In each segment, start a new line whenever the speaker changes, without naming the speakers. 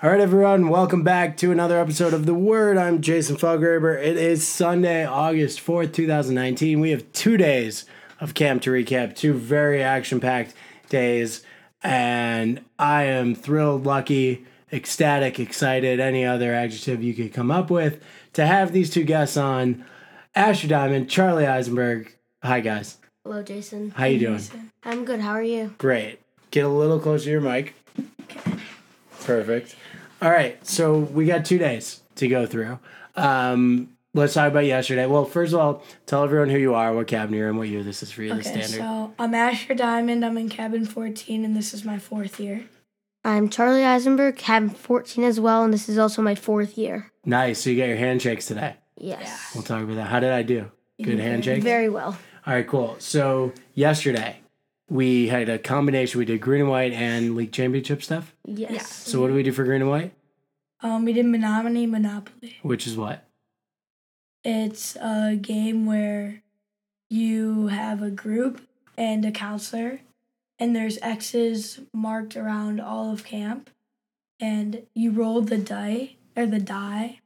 All right, everyone, welcome back to another episode of The Word. I'm Jason Felgraber. It is Sunday, August 4th, 2019. We have two days of camp to recap, two very action packed days. And I am thrilled, lucky, ecstatic, excited, any other adjective you could come up with to have these two guests on Asher Diamond, Charlie Eisenberg. Hi, guys.
Hello, Jason.
How you doing?
I'm good. How are you?
Great. Get a little closer to your mic. Perfect. All right. So we got two days to go through. Um, let's talk about yesterday. Well, first of all, tell everyone who you are, what cabin you're in, what year this is for you, the
Okay,
standard.
so I'm Asher Diamond. I'm in cabin 14, and this is my fourth year.
I'm Charlie Eisenberg. I'm 14 as well, and this is also my fourth year.
nice. So you got your handshakes today.
Yes.
We'll talk about that. How did I do? Good handshake.
Very well.
All right, cool. So yesterday we had a combination. We did green and white and league championship stuff.
Yes.
Mm-hmm.
So what do we do for green and white?
Um, we did Menominee Monopoly.
Which is what?
It's a game where you have a group and a counselor, and there's X's marked around all of camp, and you roll the die or the die,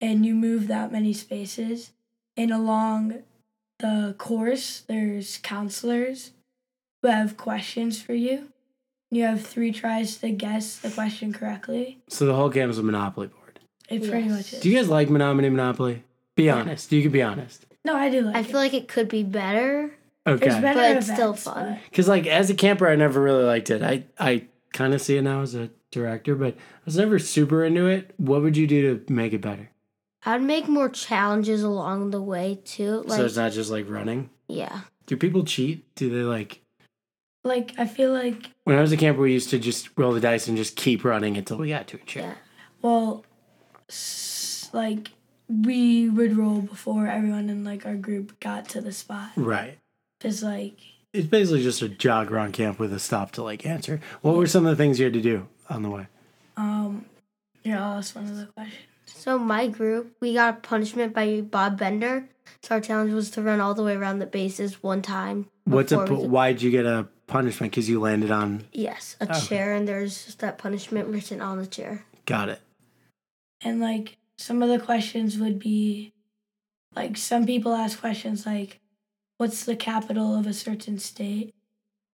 and you move that many spaces, and along the course there's counselors who have questions for you. You have three tries to guess the question correctly.
So the whole game is a Monopoly board.
It pretty
Yes.
much is.
Do you guys like Monopoly Monopoly? Be honest. You can be honest.
no, I do like.
I
it.
feel like it could be better.
There's
Okay.
better
But it's
events,
still fun.
but-
Because like as a camper, I never really liked it. I I kind of see it now as a director, but I was never super into it. What would you do to make it better?
I'd make more challenges along the way too. Like,
so it's not just like running.
yeah.
Do people cheat? Do they like?
Like I feel like
When I was a camper, we used to just roll the dice and just keep running until we got to a chair.
Yeah.
well, s- like we would roll before everyone in like our group got to the spot.
Right.
Cause like
It's basically just a jog around camp with a stop to like answer. What were some of the things you had to do on the way?
um, yeah, that's one of the questions.
So my group, we got a punishment by Bob Bender. So our challenge was to run all the way around the bases one time.
What's a
before
pu-
we could-
why'd you get a punishment? Because you landed on.
Yes, a
Oh, okay.
chair, and there's just that punishment written on the chair.
Got it.
And like some of the questions would be, like some people ask questions like, "What's the capital of a certain state?"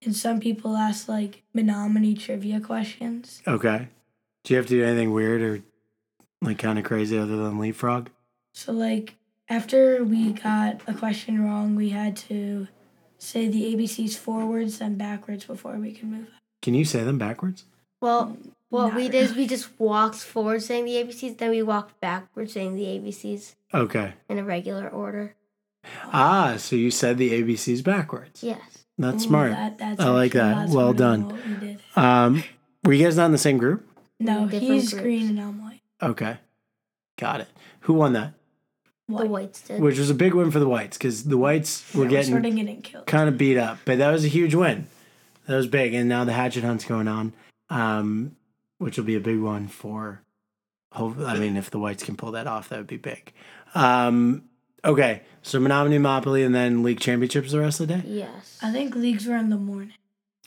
And some people ask like Menominee trivia questions.
Okay. Do you have to do anything weird or like kind of crazy other than leapfrog?
So like after we got a question wrong, we had to say the ABCs forwards and backwards before we could move.
Can you say them backwards?
Well, what
Not
we did is we just walked forward saying the ABCs, then we walked backwards saying the ABCs
Okay.
in a regular order.
Ah, so you said the ABCs backwards.
Yes.
That's
Ooh,
smart.
that- that's
I like
actually
that.
a lot
Well
smarter than
done.
what we did.
Um, were you guys not in the same group?
No,
Different
he's
groups.
green and I'm white.
Okay. Got it. Who won that?
The
White.
whites did.
Which was a big win for the whites because the whites were
Yeah,
getting
sort of getting killed.
kind of beat up, but that was a huge win. That was big, and now the hatchet hunt's going on, um, which will be a big one for. Hope I mean, if the whites can pull that off, that would be big. Um, okay, so Menominee Monopoly and then League Championships the rest of the day.
yes.
I think leagues were in the morning.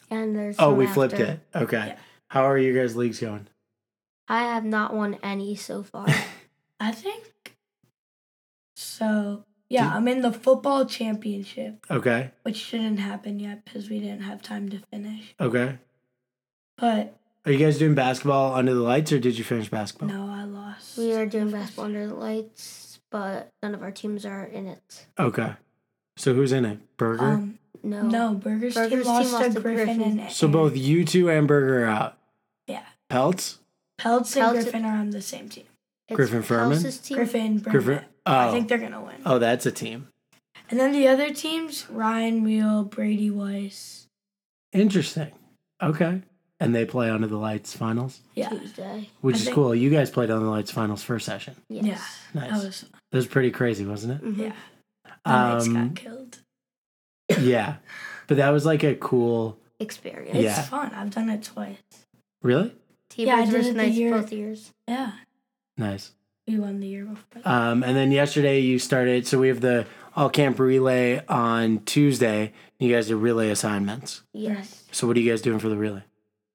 And there's.
Oh,
some
we flipped
after.
it. Okay,
Yeah.
how are you guys' leagues going?
I have not won any so far.
I think. So yeah, I'm in the football championship,
Okay,
which shouldn't happen yet because we didn't have time to finish.
okay.
But
Are you guys doing basketball under the lights, or did you finish basketball?
no, I lost.
we are doing basketball under the lights, but none of our teams are in it.
Okay, so who's in it? Burger.
Um,
No.
No, Burger's, team
Burger's
lost,
team lost
to
to
Griffin,
Griffin.
and
so both you two and Burger are out.
Yeah.
Pelts.
Pelts and
Pelts-
Griffin are on the same team.
It's
Griffin Furman?
Palace's team.
Griffin, Burger.
Griffin. Oh.
I think they're gonna win.
Oh, that's a team.
And then the other teams: Ryan Wheel, Brady Weiss.
Interesting. Okay. And they play under the lights finals,
Yeah,
Tuesday.
which
I
is
think-
cool. You guys played under the lights finals first session.
Yes.
yeah,
Nice.
that was fun.
That was pretty crazy, wasn't it?
Mhm.
yeah. The Knights
Um,
got killed.
yeah. But that was like a cool.
Experience.
It's
yeah.
fun. I've done it twice.
Really
T-Birds
Yeah, I did it
versus
the
Knights
year-
both years.
Yeah,
nice.
we won the year before.
Um, and then yesterday you started. So we have the all camp relay on Tuesday. You guys do relay assignments.
Yes.
So what are you guys doing for the relay?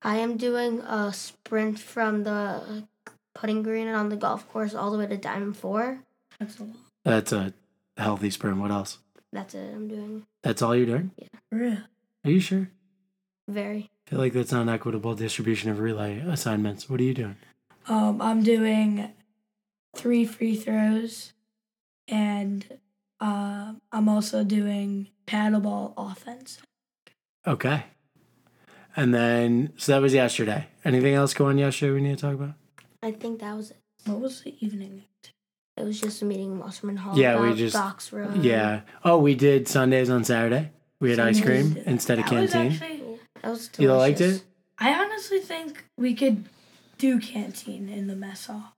I am doing a sprint from the putting green and on the golf course all the way to diamond four.
That's a lot.
That's a healthy sprint. What else?
That's it. I'm doing
That's all you're doing?
Really?
Are you sure?
very.
I feel like that's not an equitable distribution of relay assignments. What are you doing?
Um, I'm doing three free throws, and uh, I'm also doing paddleball offense.
Okay. And then, so that was yesterday. Anything else going yesterday we need to talk about?
I think that was it.
What was the evening? act?
It was just a meeting in Wasserman Hall.
Yeah, we
about
just-
Doc's
Um,
Road.
Yeah. Oh, we did Sundays on Saturday. We had ice
Sundays.
cream instead of
That was
canteen.
actually-
That was delicious.
You liked it?
I honestly think we could do canteen in the mess hall.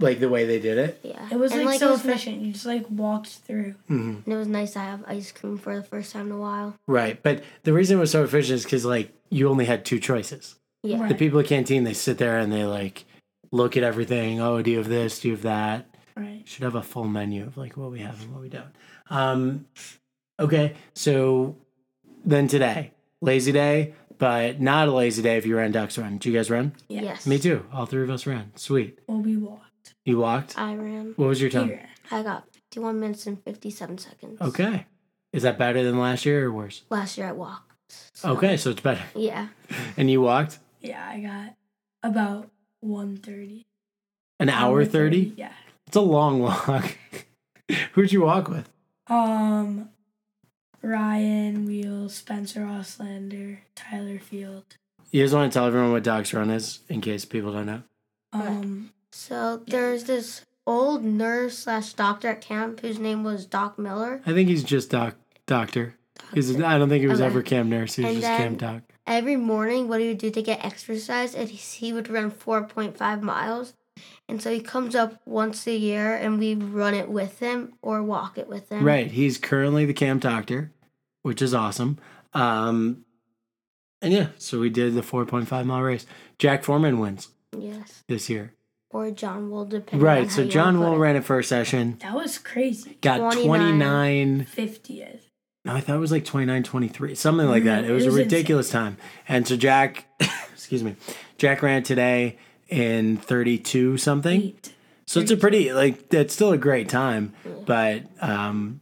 Like the way they did it?
Yeah.
It was
And,
like, so
it was ni-
efficient. you just like walked through.
hmm
and it was nice to have ice cream for the first time in a while.
Right. But the reason it was so efficient is because, like, you only had two choices.
Yeah.
The
Right.
people at canteen, they sit there and they, like, look at everything. Oh, do you have this? Do you have that?
Right.
Should have a full menu of, like, what we have and what we don't. Um, okay. So then today, lazy day, but not a lazy day if you ran Ducks Run. Did you guys run?
Yeah.
Yes.
Me too. All three of us ran. Sweet.
Well, we walked.
You walked?
I ran.
What was your time?
Here.
I got 51 minutes and 57 seconds.
Okay. Is that better than last year or worse?
Last year I walked. so-
Okay, so it's better.
Yeah.
And you walked
Yeah, I got about 1.30.
an hour 30?
Yeah.
It's a long walk. Who'd you walk with?
Um, Ryan Wheel, Spencer Oslander, Tyler Field.
You just want to tell everyone what Doc's Run is in case people don't know?
Um,
So there's this old nurse slash doctor at camp whose name was Doc Miller.
I think he's just Doc Doctor. He's, I don't think he was
Okay.
ever Cam Nurse. He was
And
just Cam
then-
Doc.
Every morning, what he would do to get exercise is he would run 4.5 miles. And so he comes up once a year and we run it with him or walk it with him.
Right. He's currently the Cam Doctor, which is awesome. Um, and yeah, so we did the 4.5 mile race. Jack Foreman wins
Yes.
this year.
Or John will depend
Right. So John Wool ran it first session,
that was crazy.
got
29.
29
50th.
No, I thought it was like 29, 23, something like that.
No,
It
Mm-hmm.
it
was,
was
a ridiculous time. And so Jack, excuse me, Jack ran today in 32 something.
Eight.
so it's a pretty, like, that's still a great time. But um,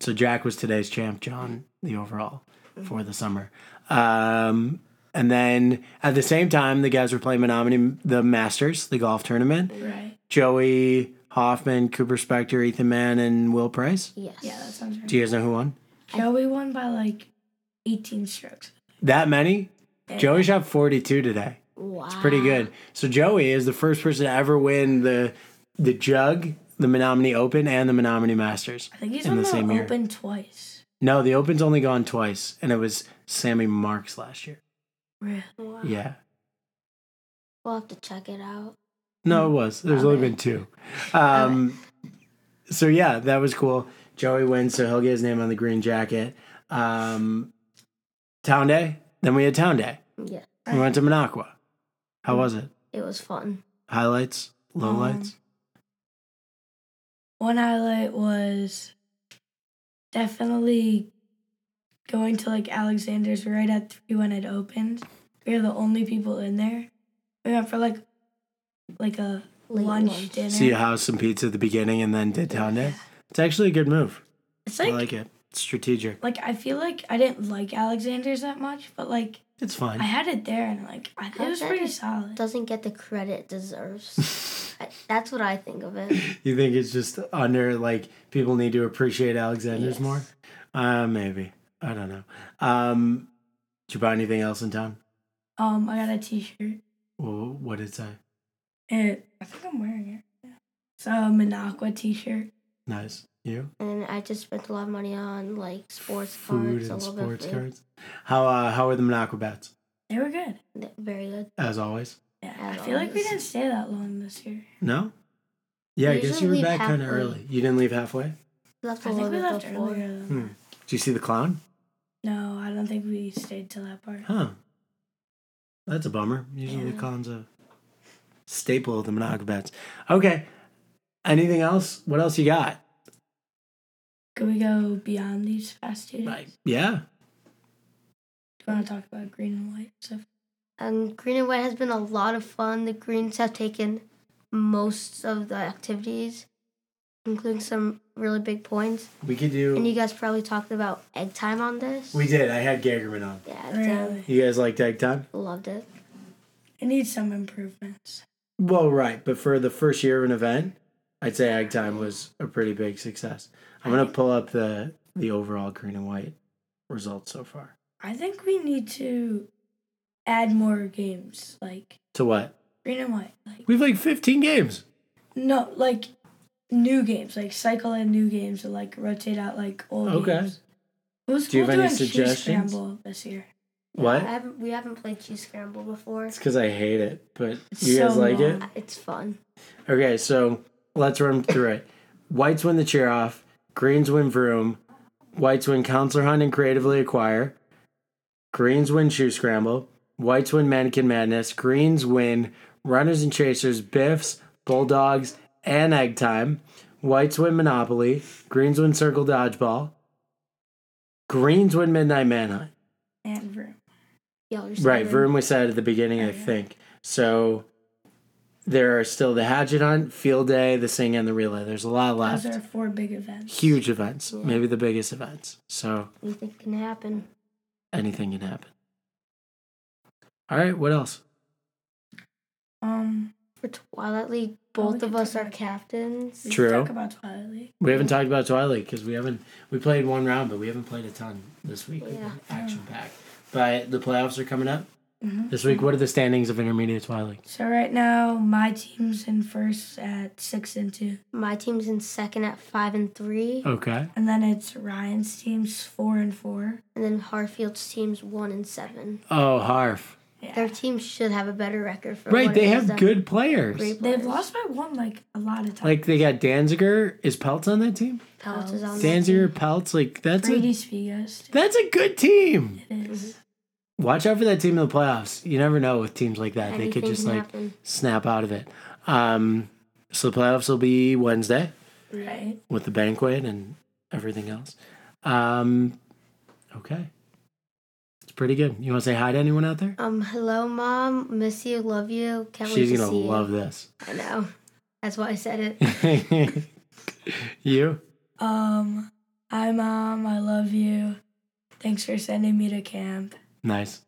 so Jack was today's champ, John, the overall for the summer. Um, and then at the same time, the guys were playing Menominee, the Masters, the golf tournament.
Right.
Joey Hoffman, Cooper Spector, Ethan Mann, and Will Price.
Yes.
Yeah, that sounds right.
Do you guys know who won?
Joey won by like 18 strokes.
That many?
Yeah.
Joey shot 42 today.
Wow. It's
Pretty good. So Joey is the first person to ever win the the jug, the Menominee Open, and the Menominee Masters.
I think he's
In
won
the
the,
same year.
Open twice.
No, the Open's only gone twice, and it was Sammy Marks last year.
Really?
Wow.
Yeah.
We'll have to check it out.
No, it was. There's only
Okay.
been two. Um, so yeah, that was cool. Joey wins, so he'll get his name on the green jacket. Um, town day. Then we had town day.
Yeah.
We went to Minocqua. How was it?
It was fun.
Highlights, lowlights.
One highlight was definitely going to like Alexander's right at three when it opened. We were the only people in there. We went for like like a
Late
lunch,
lunch.
dinner.
See how some pizza at the beginning and then did town day. It's actually a good move.
It's like
I
like,
like it. It's strategic.
I feel like I didn't like Alexander's that much, but like
It's
I
fine.
had it there and like I, it was pretty
Alexander's
solid.
Doesn't get the credit it deserves. I, that's what I think of it.
You think it's just under like people need to appreciate Alexander's
Yes.
more? Uh maybe. I don't know. Um did you buy anything else in town?
Um, I got a T-shirt.
Well, what did it say?
It I think I'm wearing it. It's a Minocqua T-shirt.
Nice. You?
And I just spent a lot of money on like sports
Food
cards, a
and
little bit of
sports
food.
cards. How uh how were the Monacobats?
They were good.
Th- Very good.
As always?
Yeah, I
Add
feel like we
ons.
didn't stay that long this year.
No? Yeah, I
We
guess
usually
you were
leave
back kinda
halfway.
early. You didn't leave halfway?
Left a
I
little
think we
bit
left
before.
earlier. than-
Hmm. Did you see the clown?
No, I don't think we stayed till that part.
Huh. That's a bummer. Usually the
Yeah.
con's a staple of the Monogabats. Okay. Anything else? What else you got?
Could we go beyond these past two days?
Like, yeah.
Do you want to talk about green and white stuff?
And Um, green and white has been a lot of fun. The greens have taken most of the activities, including some really big points.
We could
And
do.
you guys probably talked about egg time on this.
We did. I had Gagerman on.
yeah, egg time.
Really.
You guys liked egg time?
loved it.
It needs some improvements.
Well, right, but for the first year of an event, I'd say Ag Time was a pretty big success. I'm gonna pull up the the overall green and white results so far.
I think we need to add more games, like
To what?
green and white. Like
We've like 15 games.
no, like new games, like cycle in new games, or like rotate out like old
Okay.
games. It was
Do you
cool
have any
doing Cheese
suggestions?
Scramble this year.
I
What?
haven't, we haven't played cheese scramble before. Uh,
It's because I hate it, but
It's
you guys
so
like it.
long.
It's fun.
Okay, so let's run through it. Whites win the cheer off. Greens win vroom. Whites win counselor hunt and creatively acquire. Greens win shoe scramble. Whites win mannequin madness. Greens win runners and chasers, biffs, bulldogs, and egg time. Whites win monopoly. Greens win circle dodgeball. Greens win midnight manhunt.
And room.
Y'all are
Right,
stubborn.
Vroom we said at the
Oh,
beginning, I think. So there are still the Hatchet Hunt, Field Day, the Sing, and the Relay. There's a lot
Those
left.
are four big events.
Huge events, maybe the biggest events. So
Anything can happen.
anything can happen. All right, what else?
Um,
For Twilight League,
Oh, we
both
could
of us are
talk about-
captains.
we should
True.
Talk about Twilight League.
We haven't talked about Twilight because we haven't we played one round, but we haven't played a ton this week.
Yeah.
Action packed. But the playoffs are coming up
Mhm.
this
Mm-hmm.
week. What are the standings of intermediate Twilight?
So right now, my team's in first at six and two,
My team's in second at five and three,
Okay.
and then it's Ryan's team's four and four.
and then Harfield's team's one and seven.
Oh, Harf.
Their team should have a better record. For
Right,
what
they
it is
have
that-
good players.
Great
They've
players.
lost by one like a lot of times.
Like they got Danziger. Is Peltz on that team?
Pelts is on that
Danziger,
team.
Pelts, like that's
Brady
a,
Spiegos.
that's a good team.
It is.
Watch out for that team in the playoffs. You never know with teams like that; they
Anything
could just
can
like
happen.
snap out of it. Um, so the playoffs will be Wednesday
Right.
with the banquet and everything else. Um, okay, it's pretty good. You want to say hi to anyone out there?
Um, hello, mom. Miss you. Love you. Can't wait
She's
to
gonna
see
love
you.
this.
I know. That's why I said it.
you?
Um, hi mom, I love you. Thanks for sending me to camp.
Nice.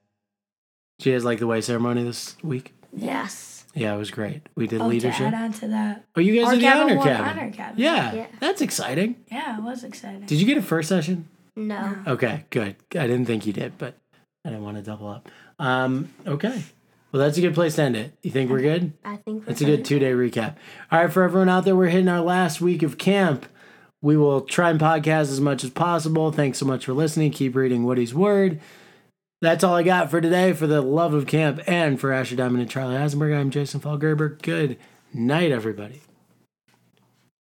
She has like the way ceremony this week.
Yes.
Yeah, it was great. We did
Oh, To
leadership.
add on to that,
Oh, you guys
Our
did the
cabin
honor
won
cabin.
honor cabin.
Yeah,
Yeah.
that's exciting.
yeah, it was exciting.
Did you get a first session?
No.
Okay, good. I didn't think you did, but I didn't want to double up. Um, okay. Well, that's a good place to end it. You think we're good?
I think we're
That's a good
fine.
two day recap. All right, for everyone out there, we're hitting our last week of camp. We will try and podcast as much as possible. Thanks so much for listening. Keep reading Woody's Word. That's all I got for today. For the love of camp and for Asher Diamond and Charlie Eisenberg, I'm Jason Fall Gerber. Good night, everybody.